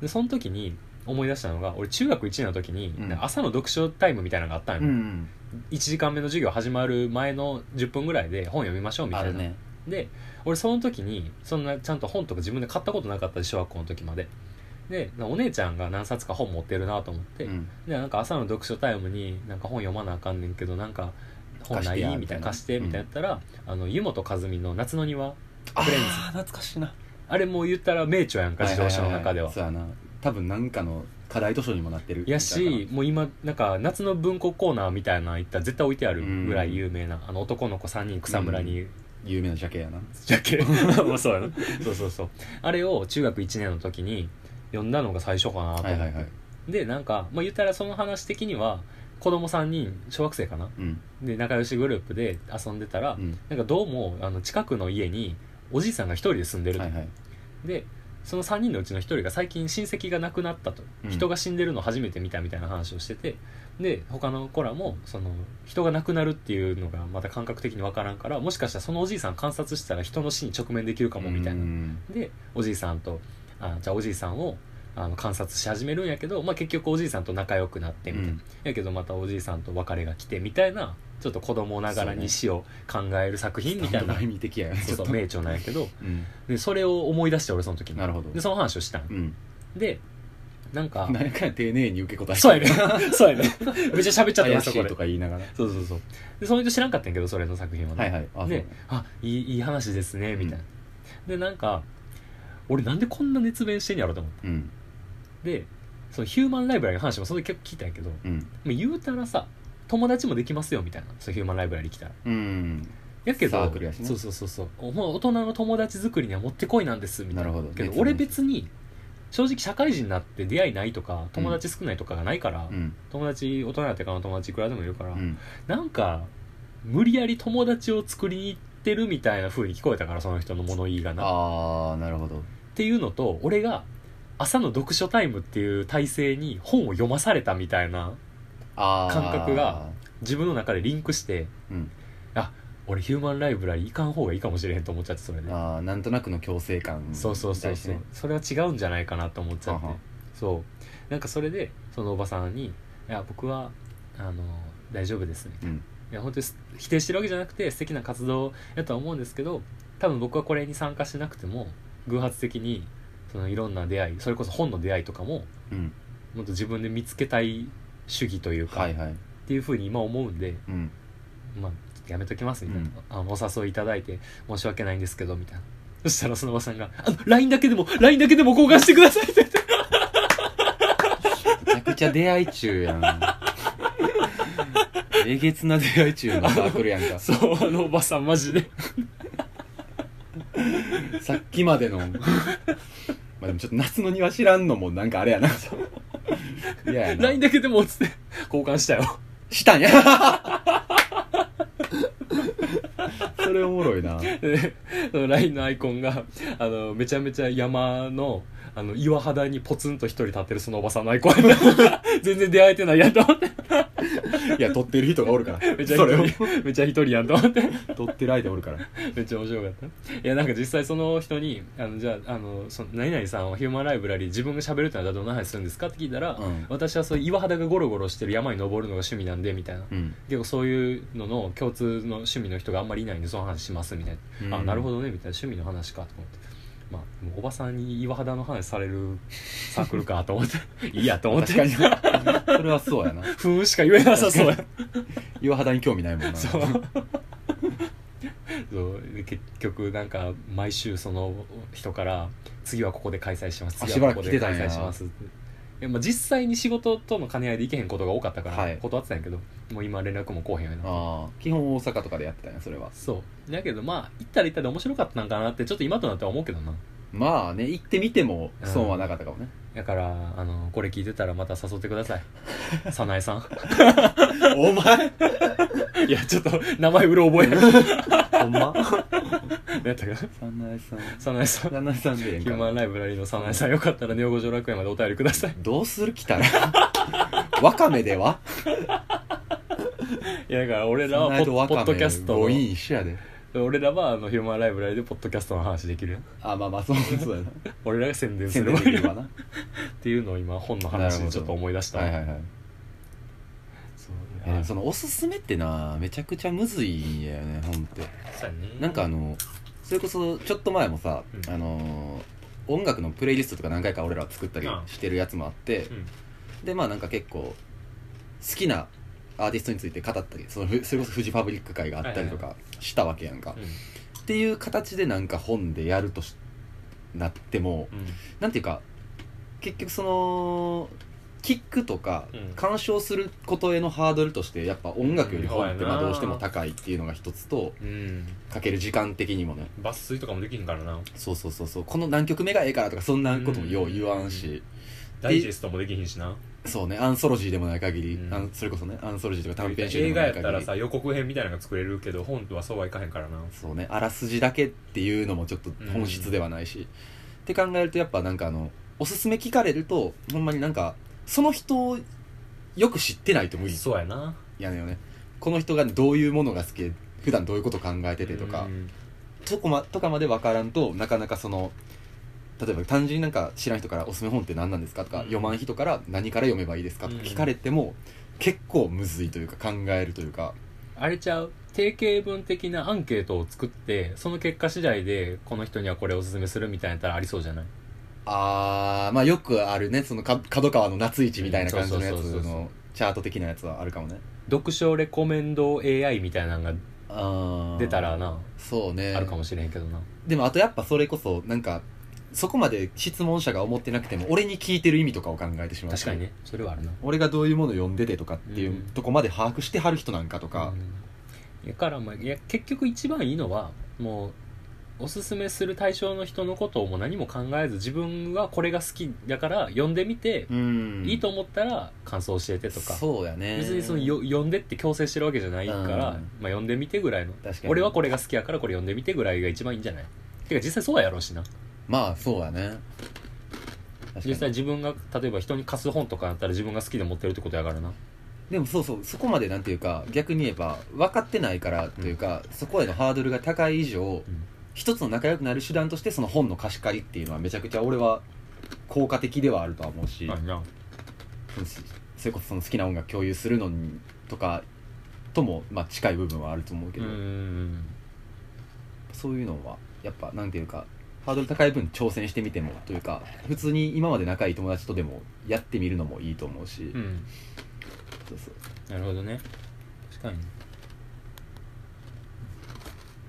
でその時に思い出したのが俺中学1年の時に、
うん
朝の読書タイムみたいなのがあったんよ、
ん
1時間目の授業始まる前の10分ぐらいで本読みましょうみた
あ
いな、
るね
で俺その時にそんなちゃんと本とか自分で買ったことなかったで小学校の時まででお姉ちゃんが何冊か本持ってるなと思って、
うん
でなんか朝の読書タイムになんか本読まなあかんねんけどなんか本
貸
な
してや
いみたいな貸して
み
み
た
た
いな
いなやったら、あの湯本和美の「夏の庭
あ
フレンズ
ー懐かしいな」
あれも言ったら名著やんか自動車の中で
い
はい
いいそうやな多分なんかの課題図書にもなってる
やしもう今なんか夏の文庫コーナーみたいなの行ったら絶対置いてあるぐらい有名な、あの男の子3人草むらに
有名なジャケやな
ジャケも うそうやなそうそうそうあれを中学1年の時に読んだのが最初かなと思っ
は
て、
いはいはい
でなんか、まあ、言ったらその話的には子供3人小学生かな
うん
で仲良しグループで遊んでたら、
うん
なんかどうもあの近くの家におじいさんが一人で住んでると、
はいはい
でその3人のうちの一人が最近親戚が亡くなったと、
うん
人が死んでるの初めて見たみたいな話をしててで他の子らもその人が亡くなるっていうのがまた感覚的に分からんからもしかしたらそのおじいさん観察したら人の死に直面できるかもみたいな
うん
でおじいさんとあじゃあおじいさんをあの観察し始めるんやけど、まあ、結局おじいさんと仲良くなってみたいな、
うん
やけどまたおじいさんと別れが来てみたいなちょっと子供ながらに死を考える作品みたいな、
前見的やよね
そうそう
ちょっと
名著なんやけど
うん
でそれを思い出して俺その時に
なるほど
でその話をしたん
うん
でなんか
何回丁寧に受け答え
そうやね そうやねめっちゃ喋っちゃった
怪
よ
し
そこ
い
で
とか言いながら
そうそうそうでその人知らんかったんやけどそれの作品はね、
はいはいあ
であいいいい話ですねみたいな、でなんか俺なんでこんな熱弁してんやろと思って
そううん
でそのヒューマンライブラリの話もその時結構聞いたんやけども
うん
う言うたらさ友達もできますよみたいなそのヒューマンライブラリ来たら
うん
やけど
サークルやしね
そうそうそうそうおもう大人の友達作りにはもってこいなんですみたいな
なるほど
けど
別に
俺別に正直社会人になって出会いないとか友達少ないとかがないから、
うん
友達大人になってからの友達いくらでもいるから、
うん
なんか無理やり友達を作りに行ってるみたいな風に聞こえたからその人の物言いがなっ
ああなるほど
ていうのと俺が朝の読書タイムっていう体制に本を読まされたみたいな
あー
感覚が自分の中でリンクして
うん
俺ヒューマンライブラリー行かん方がいいかもしれへんと思っちゃってそれで
あーなんとなくの強制感
そうそうそう
に対して
そう、
ね
それは違うんじゃないかなと思っちゃって
はは
そうなんかそれでそのおばさんに「いや僕はあの大丈夫です」みたいな
うん
いや本当にす否定してるわけじゃなくて素敵な活動やとは思うんですけど多分僕はこれに参加しなくても偶発的にそのいろんな出会いそれこそ本の出会いとかも
うん
もっと自分で見つけたい主義というか、
はい
っ
はい
ていうふうに今思うんで、
うん
まあ、やめときますみたいな、あのお誘いいただいて申し訳ないんですけどみたいなそしたらそのおばさんが「あの LINE だけでも LINE だけでも交換してください」って言って
めちゃくちゃ出会い中やん えげつな出会い中のサークルやんか
そうあのおばさんマジで
さっきまでのまあでもちょっと夏の庭知らんのもなんかあれやないややな
LINE だけでもっつって交換したよ
したんやそれおもろいな
でその LINE のアイコンがあのめちゃめちゃ山のあの岩肌にポツンと一人立ってるそのおばさんのアイコン 全然出会えてないやんと思って
いや撮ってる人がおるから
めちゃ
それを
一人めちゃ一人やんと思って
撮ってる相手おるから
めっちゃ面白かったいやなんか実際その人に「あのじゃああのその何々さんはヒューマンライブラリー自分が喋るってのはどんな話するんですか?」って聞いたら、
うん
私はそういう岩肌がゴロゴロしてる山に登るのが趣味なんで」みたいな。
うん
結構そういうのの共通の趣味の人があんまりいないんでその話しますみたいな、
うん
あなるほどねみたいな趣味の話かと思って、まあ、もうおばさんに岩肌の話されるサークルかと思って いいやと思って
確かにそれはそうやな
ふーんしか言えなさそうや
岩肌に興味ないもんな
そう そうで結局なんか毎週その人から次はここで開催します
あ
次
し
は
ばら
こ
く
こ
来て
で
たん
開
や
催しますっていやまあ実際に仕事との兼ね合いで行けへんことが多かったか
は
ら
い
断ってたんやけど、もう今連絡も来おへんようになって
ああ基本大阪とかでやってたんやそれは
そうだけどまあ行ったら行ったら面白かったんかなってちょっと今となっては思うけどな
まあね行ってみても損はなかったかもね、
だからあのこれ聞いてたらまた誘ってくだ さい早苗さん
お 前
いやちょっと名前うろ覚え やけど
ほんま
何やったかな
三内さん
早苗さん
三内さんでええん
ヒュー
か
マ
な
ンライブラリーの早苗さんよかったらネオ五条楽園までお便りください
どうする来たら わかめではい
やだから俺ら
三内
はポ
と
ッ
わ
ポッ
か
ド
め
キャスト
5人一緒やで
の俺らはあのヒューマンライブラリーでポッドキャストの話できるやん
あまあまあそうそうや な
俺らが宣伝す
宣
れ
伝
ば
でき
いい
るわ
っ
な
ていうのを今本の話でちょっと思い出したわ
はいはいはい、
そう
えーそのおすすめってなめちゃくちゃむずいんやよね本って
そうやね
なんかあのそれこそちょっと前もさ、
うん
あのー音楽のプレイリストとか何回か俺ら作ったりしてるやつもあって
うん
でまあなんか結構好きなアーティストについて語ったりそのふそれこそフジファブリック会があったりとかしたわけやんか、っていう形でなんか本でやるとしなっても
うん
なんていうか結局その聞くとか
うん
鑑賞することへのハードルとしてやっぱ音楽より本って
うん
まあどうしても高いっていうのが一つと
うん、うん、
かける時間的にもね
抜粋とかもできんからな
そうそうそうそうこの何曲目がええからとかそんなこともよう言わんし、
ダイジェストもできひんしな
そうねアンソロジーでもない限り、
うん
あのそれこそねアンソロジーとか短編集で
映
も
画
ない
やっ
限り
たらさ予告編みたいなのが作れるけど本はそうはいかへんからな
そうねあらすじだけっていうのもちょっと本質ではないし、って考えるとやっぱなんかあのおすすめ聞かれるとほんまになんかその人をよく知ってないと無理
そうやな
やねんよねこの人がどういうものが好きで普段どういうこと考えててとか、
うん
とこまとかまで分からんとなかなかその例えば単純になんか知らん人から「おすすめ本って何なんですか?」とか、
うん
読まん人から「何から読めばいいですか?」とか聞かれても、結構むずいというか考えるというか
あれちゃう定型文的なアンケートを作ってその結果次第でこの人にはこれおすすめするみたいなやったらありそうじゃない
あーまあよくあるねそのか角川の夏市みたいな感じのや
うんそうそう
つ
そうそう
のチャート的なやつはあるかもね
読書レコメンド AI みたいなのが
あー
出たらな
そうね
あるかもしれへんけどな、
でもあとやっぱそれこそなんかそこまで質問者が思ってなくても俺に聞いてる意味とかを考えてしまう
確かにねそれはあるな
俺がどういうもの読んでてとかっていううんとこまで把握してはる人なんかとか、
うん、だからまあいや結局一番いいのはもうおすすめする対象の人のことをもう何も考えず自分はこれが好きだから読んでみて、
うん
いいと思ったら感想教えてとか
そうやね
別にそのよ読んでって強制してるわけじゃないから、
うん
まあ、読んでみてぐらいの
確かに
俺はこれが好きやからこれ読んでみてぐらいが一番いいんじゃないてか実際そうやろうしな
まあそうやね確かに
実際自分が例えば人に貸す本とかだったら自分が好きで持ってるってことやからな
でもそうそうそこまでなんていうか逆に言えば分かってないからというか、そこへのハードルが高い以上、
ん
一つの仲良くなる手段としてその本の貸し借りっていうのはめちゃくちゃ俺は効果的ではあるとは思うし、
まあな
そのそれこそその好きな音楽共有するのにとかともまあ近い部分はあると思うけ
うん
ど、
うんうん
そういうのはやっぱなんていうかハードル高い分挑戦してみてもというか普通に今まで仲いい友達とでもやってみるのもいいと思うし、
うん
そうそう
なるほどね確かに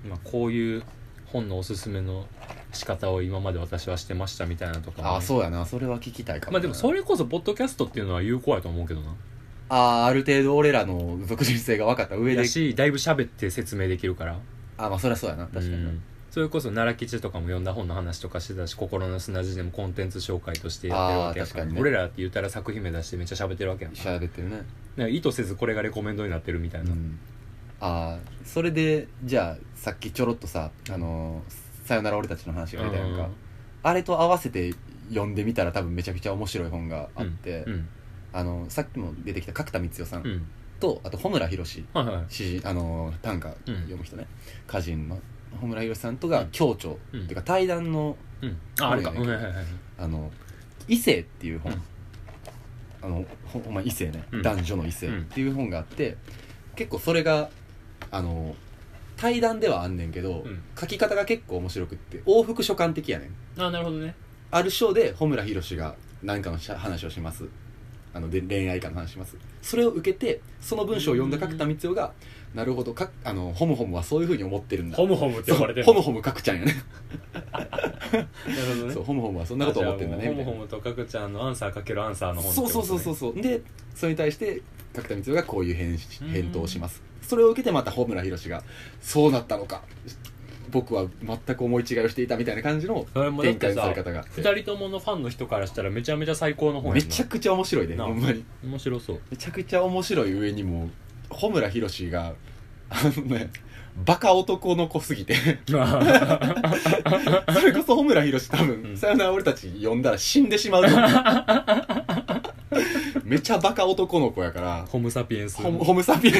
まあこういう本のおすすめの仕方を今まで私はしてましたみたいなとかもね、
ああそうやなそれは聞きたいかもな、
まあでもそれこそポッドキャストっていうのは有効やと思うけどな
ああある程度俺らの属人性が分かった上で
だしだいぶ喋って説明できるから
あまあそりゃそうやな確かにな、
うんそれこそ奈良吉とかも読んだ本の話とかしてたし心の砂地でもコンテンツ紹介としてやってるわけやから
あー確かにね
俺らって言ったら作品名出してめっちゃ喋ってるわけやん
しゃべってるね、
なんか意図せずこれがレコメンドになってるみたいうな、
ん、ああそれでじゃあさっきちょろっとさ「あのーさよなら俺たち」の話が出たやんか、
うん
あれと合わせて読んでみたら多分めちゃくちゃ面白い本があって、
うん
あのさっきも出てきた角田光代さん
うん
と、あと穂村弘
はいはい
詩人あのー短歌読む人ね、歌人の穂村弘さんとが共著、
うん
っていうか対談の
うんああれか、うんはいはいはい
あの異性っていう本、
うん
あのほほんま異性ね、
うん
男女の異性っていう本があって、結構それがあの対談ではあんねんけど、
うん
書き方が結構面白くって往復書簡的やねん
ああなるほどね
ある章で穂村弘が何かのしゃ話をしますあので恋愛観の話しますそれを受けてその文章を読んだ角田光代が「なるほどかあのホムホムはそういうふうに思ってるんだ」
ホムホムって呼ばれてる
そうホムホム角ちゃんやね
なるほどね
そうホムホムはそんなこと思ってんだね
あ
み
じ
た
ゃあ
いな
もうホムホムとかくちゃんのアンサーかけるアンサーの本って
そ
こ
うそう
とね
そうそうそうでそれに対して角田光代がこういう返し
うん
返答をしますそれを受けてまた穂村弘が「そうなったのか僕は全く思い違いをしていた」みたいな感じの
それもだっ
展
て
開のさ
さ
れ方があって
二人とものファンの人からしたらめちゃめちゃ最高の本や
めちゃ
ゃ
くちゃ面白いね
なあ
ほんまに
面白 そう
めちゃくちゃ面白い上にも穂村弘があのねバカ男の子すぎて それこそ穂村弘多分、
うん
さよなら俺たち呼んだら死んでしまうと 思うめちゃバカ男の子やから
ホムサピエンス
ホムホムサ ピエン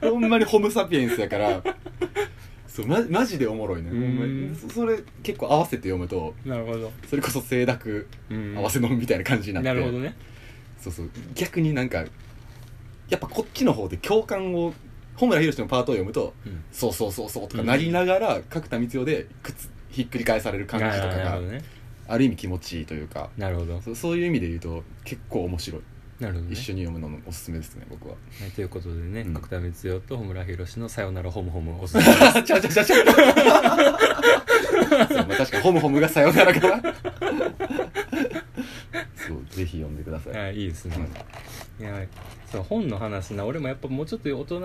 スほんまにホムサピエンスやからそうまマジでおもろいねほんま
うん
にそそれ結構合わせて読むと
なるほど
それこそ清濁
うん
合わせ飲むみたいな感じになって
なるほどね
そうそう逆になんかやっぱこっちの方で共感を穂村弘のパートを読むと「そうそうそうそう」とかなりながら角田光代でくっつひっくり返される感じとか
あーなる
が
ほどね
ある意味気持ちいいというか
なるほど
そそういう意味で言うと結構面白い、
なるほど、ね、
一緒に読むののおすすめですね僕は
はい、ということでね、
うん
角田光代と穂村弘の「さよならホムホム」おすす めです
ちゃちゃちゃちゃそうまあ確かにホムホムがさよならから そうぜひ読んでください、
あいいですね
うん、
やばいそう本の話な俺もやっぱもうちょっと大人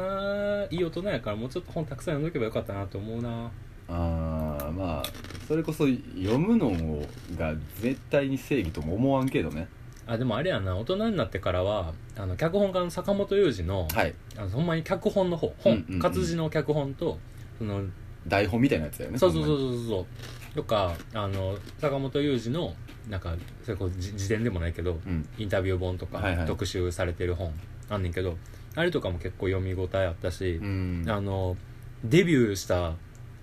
いい大人やからもうちょっと本たくさん読んどけばよかったなと思うな
あーまあそれこそ読むのが絶対に正義とも思わんけどね
あでもあれやな大人になってからはあの脚本家の坂本雄二の,、
はい
あのほんまに脚本の方
う
本
ん、うんうん
活字の脚本とその
台本みたいなやつだよね
そうそうそう
う
そうそうとかあの坂本雄二のなんかそれこそじ自伝でもないけど
うん
インタビュー本とか
はいはい
特集されてる本あんねんけど、あれとかも結構読み応えあったし
う、ん
あのデビューした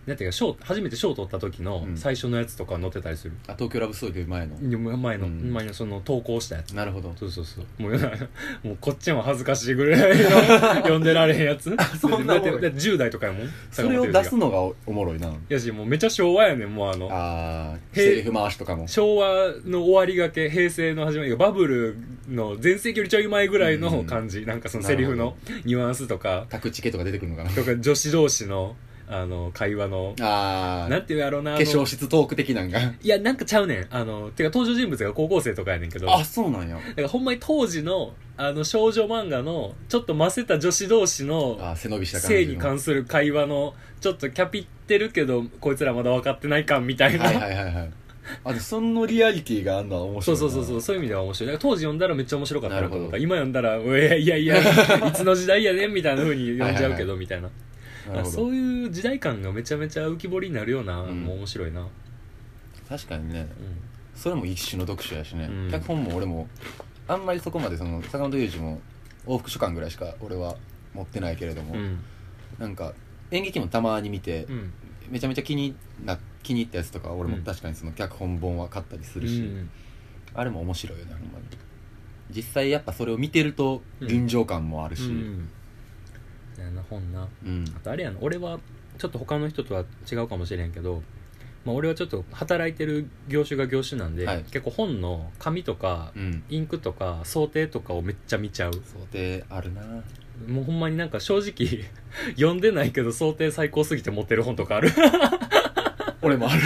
なんていうか賞初めて賞取った時の
うん
最初のやつとか載ってたりする、
あ東京ラブストーリー前の
前の、
うん
前のその投稿したやつ
なるほど
そうそうそう もうもうこっちも恥ずかしいぐら いの読んでられへんやつ
そんな
だって
おもろい
だって10代とかやもん
それを出
坂
す
本龍一が
のがおおもろいない
やしもうめちゃ昭和やねんもうあの
あー
へ
セリフ回しとかも
昭和の終わりがけ平成の始まりがバブルの全盛期よりちょい前ぐらいの感じ、なんかそのセリフ
なる
のニュアンスとか
タクチケとか出てくるのかな
とか女子同士のあの会話の
あ
な
ー
んていうやろうなあ
化
の
粧室トーク的なんが
いやなんかちゃうねんあのてか登場人物が高校生とかやねんけど
あそうなんや
だからほんまに当時のあの少女漫画のちょっとませた女子同士の
あー背伸びした感じの
性に関する会話のちょっとキャピってるけどこいつらまだ分かってない感みたいな、
はいはいはいはいあでそのリアリティがあんのは面
そ
白い
う
な
そうそうそうそういう意味では面白いだから当時読んだらめっちゃ面白かった
な
な
るほど
とか今読んだら「うえいやい やいつの時代やねん」みたいなふうに読んじゃうけどみたいな
なるほど
そういう時代感がめちゃめちゃ浮き彫りになるような、
うん
もう面白いな、
確かにね
う
それも一種の読書やしね、
うん
脚本も俺もあんまりそこまでその坂本龍二も往復書簡ぐらいしか俺は持ってないけれども、
んうん
なんか演劇もたまに見て、
うん
めちゃめちゃ気にな気に入ったやつとかは俺
う
も
ん
確かにその脚本本は買ったりす
う
るし、
ん
あれも面白いよねほんまに実際やっぱそれを見てると
うん
臨場感もあるし、
うんあの本な
うん
あとあれやな俺はちょっと他の人とは違うかもしれんけど、まあ、俺はちょっと働いてる業種が業種なんで、
はい
結構本の紙とか
うん
インクとか想定とかをめっちゃ見ちゃう
想定あるな
もうほんまになんか正直 読んでないけど想定最高すぎて持ってる本とかある
俺もある、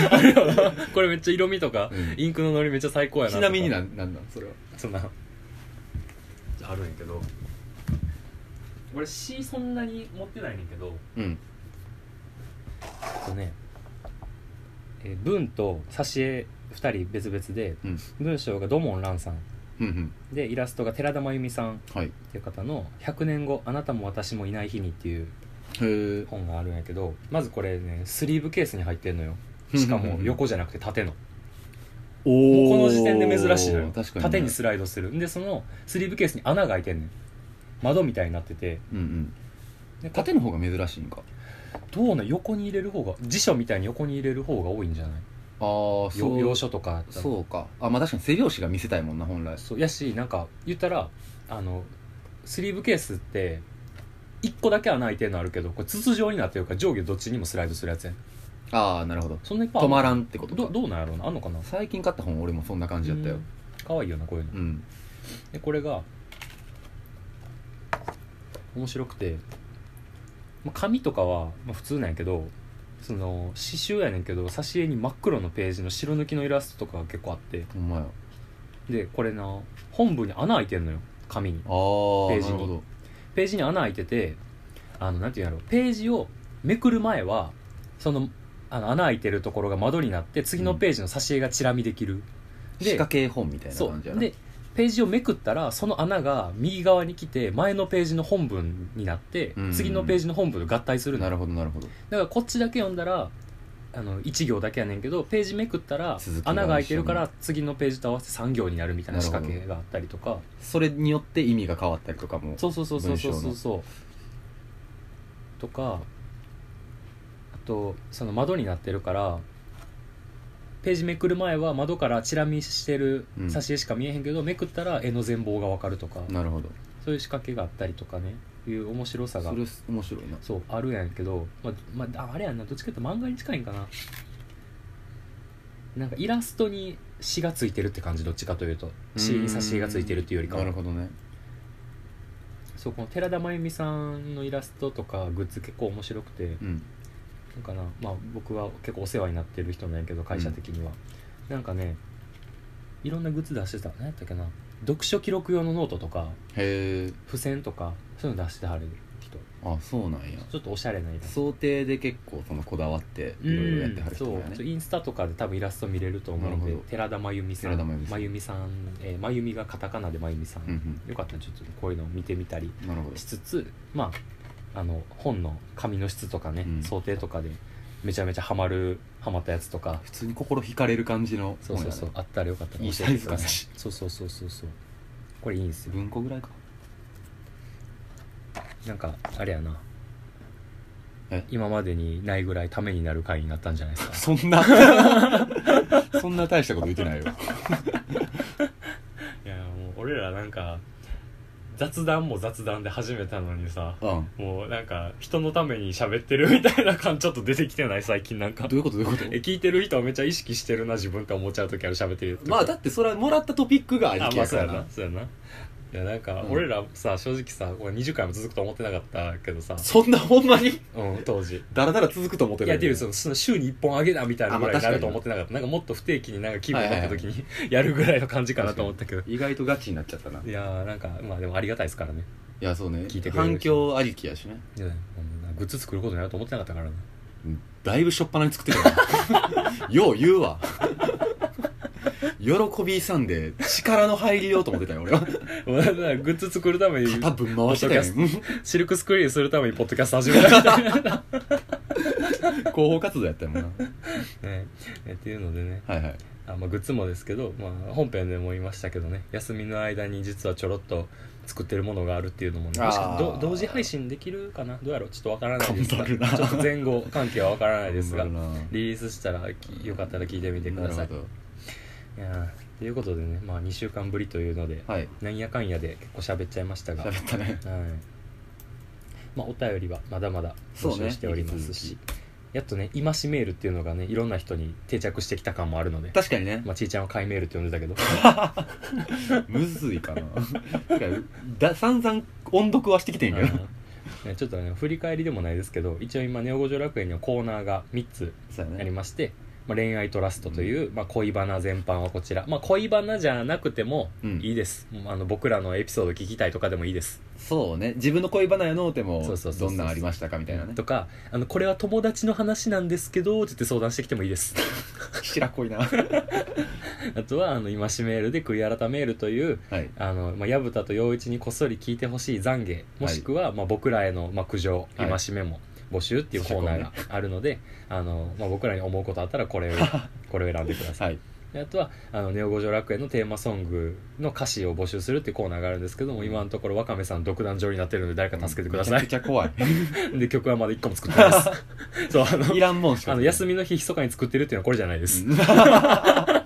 これめっちゃ色味とか、
うん
インクのノリめっちゃ最高やな
ちなみにな
とか
んなんなんそれは
そんなあるんやけど俺 C そんなに持ってないねんけど
うん
えっとね、えー文と挿絵2人別々で
うん
文章が土門蘭さん
うんうん
でイラストが寺田真由美さんっ
はいへ
ていう方の「100年後あなたも私もいない日に」っていう
え
本があるんやけどまずこれねスリーブケースに入ってんのよしかも横じゃなくて縦の
お
もう
ー
この時点で珍しいのよ
確かにね、
縦にスライドするんでそのスリーブケースに穴が開いてんねん窓みたいになってて
うんうんで縦の方が珍しいんか
どうな横に入れる方が辞書みたいに横に入れる方が多いんじゃない
ああ
よ
そう
要所とかあったら
そうかあまあ確かに背拍子が見せたいもんな本来
そうやしなんか言ったらあのスリーブケースって1個だけ穴開いてるのあるけどこれ筒状になってるから上下どっちにもスライドするやつやん
ああなるほど
そんないっぱいあ
止
んの
まらんってこと
どどうなんやろうなあんのかな
最近買った本俺もそんな感じだったよ
うんかわいいよなこういうの
うん
でこれが面白くて、まあ、紙とかは、まあ、普通なんやけどその刺繍やねんけど挿絵に真っ黒のページの白抜きのイラストとかが結構あって
ほんまやあ
でこれな本部に穴開いてんのよ紙に
あー
ページ
な
に
るほど
ページに穴開いててあのなんていうんやろページをめくる前はそのあの穴開いてるところが窓になって次のページの挿絵がチラ見できる、
仕掛け本みたいな
そ
感
う
じやな
でページをめくったらその穴が右側に来て前のページの本文になって、
うん
次のページの本文と合体するの
な
だ
るほどなるほど
からこっちだけ読んだらあの1行だけやねんけどページめくったら
続きが一緒に
穴が開いてるから次のページと合わせて3行になるみたいな仕掛けがあったりとか
それによって意味が変わったりとかも
そうそうそうそうそう
文章
そう
の
そうとかあとその窓になってるからページめくる前は窓からチラ見してる
うん
挿絵しか見えへんけど、めくったら絵の全貌がわかるとか
なるほど
そういう仕掛けがあったりとかねいう面白さが
それ面白いな
そうあるやんけど、まあまあ、ああれやんなどっちかっていうと漫画に近いんかななんかイラストに詩がついてるって感じどっちかというと詩に挿絵がついてるっていうよりか
なる
は
ほどね
そうこの寺田真由美さんのイラストとかグッズ結構面白くて
うん
なんかな、まあ、僕は結構お世話になってる人なんやけど会社的には、なんかねいろんなグッズ出してた何やったっけな読書記録用のノートとか
へえ
付箋とかそういうの出してはる人
あそうなんや
ちょっとおしゃれなイラスト
想定で結構そのこだわっていろいろやってはる人
そう
だよ
ちょ
ね
インスタとかで多分イラスト見れると思うの
なる
で
ほど
寺田真由美さん
寺田真由美さん
さん、えー真由美がカタカナで真由美さん、
うん
よかったらちょっとこういうのを見てみたり
うんなるほど
しつつまああの本の紙の質とかね、
うん
想定とかでめちゃめちゃハマるハマったやつとか
普通に心惹かれる感じの
そうそうそ
本
う、
やね
あったらよかったら教え
い
て
いサイズ
く
感
だ
だ
さい
し
そうそうそうそうそうこれいいんですよ
文庫ぐらいか
なんかあれやな
え
今までにないぐらいためになる回になったんじゃないですか
そんな そんな大したこと言ってないよ
いやもう俺らなんか雑談も雑談で始めたのにさ
うん
もうなんか人のために喋ってるみたいな感じちょっと出てきてない最近なんか
どういうことどういうこ
え聞いてる人はめっちゃ意識してるな自分って思っちゃう時ある喋ってる
とまあだってそれはもらったトピックがあり
あ
き
まあ
や
そ
か
う
ら
や
な
なそうやないやなんか
うん
俺らさ正直さこれ20回も続くと思ってなかったけどさ、
そんなほんまに
うん、当時
だらだら続くと思って
い
る
やっていうそのその週に1本あげだみたいなぐらい
あ
に
ま
な
あ確
る
かに
と思ってなかったなんかもっと不定期になんか気分になった時に やるぐらいの感じかなと思ったけど
意外とガチになっちゃったない
いやーなんかまあでもありがたいですからね
やそうね
聞いてくれる
反響ありきやしね
いやもうなグッズ作ることになると思ってなかった からな
だいぶしょっぱなに作って たよよう言うわ喜びさんで力の入りようと思ってたよ俺は
もうだからグッズ作るために
肩ぶん回してたやん
シルクスクリーンするためにポッドキャスト始めたみたいな、 ね
広報活動やったよな
えっていうのでね
はいはい
あ、まあ、グッズもですけど、まあ、本編でも言いましたけどね休みの間に実はちょろっと作ってるものがあるっていうのもね
あー
もしかど同時配信できるかなどうやろうちょっとわからないですが
頑張るな
ちょっと前後関係はわからないですが
頑張るな
リリースしたらきよかったら聞いてみてください
なる
いやーということでね、まあ、2週間ぶりというので
ほどはい
なんやかんやで結構喋っちゃいましたが
喋った ね
はいまあ、お便りはまだまだ募集しておりますし、
そう
やっとね今しメールっていうのがねいろんな人に定着してきた感もあるので、
確かにね
まあ、ちいちゃんは「いメール」って呼んでた けど
むずいかなてかだ散々音読はしてきてんけど
うんねちょっとね振り返りでもないですけど一応今「ネオ五条楽園」にはコーナーが3つ
そうや
あり
ね
まして、まあ、恋愛トラストという、まあ、恋バナ全般はこちら、まあ、恋バナじゃなくても
うん
いいです、もうあの僕らのエピソード聞きたいとかでもいいです
そうね自分の恋バナやのうても
そうそうそうそ
どん
う
なんありましたかみたい なね
とかあのこれは友達の話なんですけどって言って相談してきてもいいです
白恋なは
あとはあの今しメールで悔い改めるという
い
あの、まあ、矢蓋と陽一にこっそり聞いてほしい懺悔もしくは、まあ、僕らへの、まあ、苦情
はい
戒めも募集っていうコーナーが あるので、あのまあ、僕らに思うことあったらこれを これを選んでください、
はい
であとは「あのネオ五条楽園」のテーマソングの歌詞を募集するっていうコーナーがあるんですけども今のところワカメさん独壇場になってるので誰か助けてくださ
め
い
ち、ゃくちゃ 怖い
で曲はまだ1個も作ってないです そうあの
いらんもんしか
あの休みの日密かに作ってるっていうのはこれじゃないです、
まあ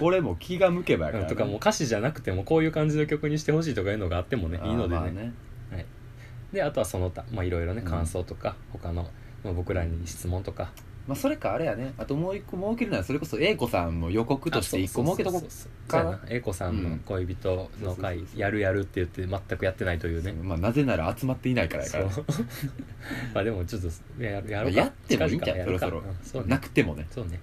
これも気が向けばやから、
とかもう歌詞じゃなくてもこういう感じの曲にしてほしいとかいうのがあってもねいいので
あーまあ
ね
ね
であとはその他まあいろいろね
うん
感想とか、他の、まあ、僕らに質問とか
まあそれかあれやねあともう一個設けるならそれこそ A 子さんの予告として一個設けとこ
そう
う
そうそう
か
そ
な
うやな英子さんの恋人の会
うん
やるやるって言って全くやってないというね
まあなぜなら集まっていないからや
そ
から
う まあでもちょっとややろうか
やってもいいんじゃん
近々やるか
そろそろ
うんそう
な
ね
くてもね
そうね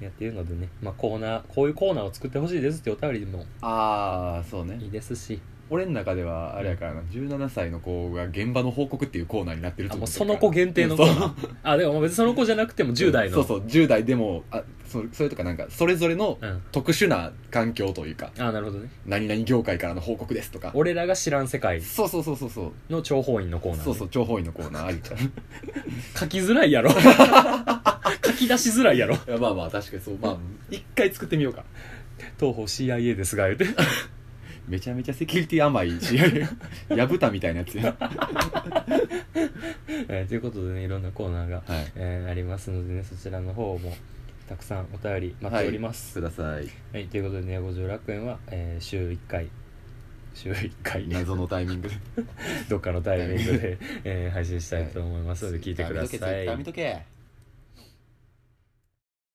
いやっていうのでね、まあ、コーナーこういうコーナーを作ってほしいですってお便りでも
ああそうね
いいですし
俺の中ではあれやからな17歳の子が現場の報告っていうコーナーになってる
あ
と思
も
う
うその子限定のコーナ
そう
ーあでも別にその子じゃなくても10代の
そうそう10代でもあそそれとかなんかそれぞれの
うん
特殊な環境というか
あなるほどね
何々業界からの報告ですとか
俺らが知らん世界
そうそうそうそうそう
の諜報員のコーナーね、
そうそう情報員のコーナーありから い
書きづらい やろ書き出しづらいやろ
やまあまあ確かにそうまあ一回作ってみようか
東方 CIA ですが言うて
めちゃめちゃセキュリティ甘いし やぶたみたいなやつや
えーということでねいろんなコーナーが、
はい
えーありますのでねそちらの方もたくさんお便り待っております、
ください
はいということでね五条楽園は、えー週1回週1 回
謎のタイミングで
どっかのタイミングで、えー配信したいと思いますので聞いてください、
見とけ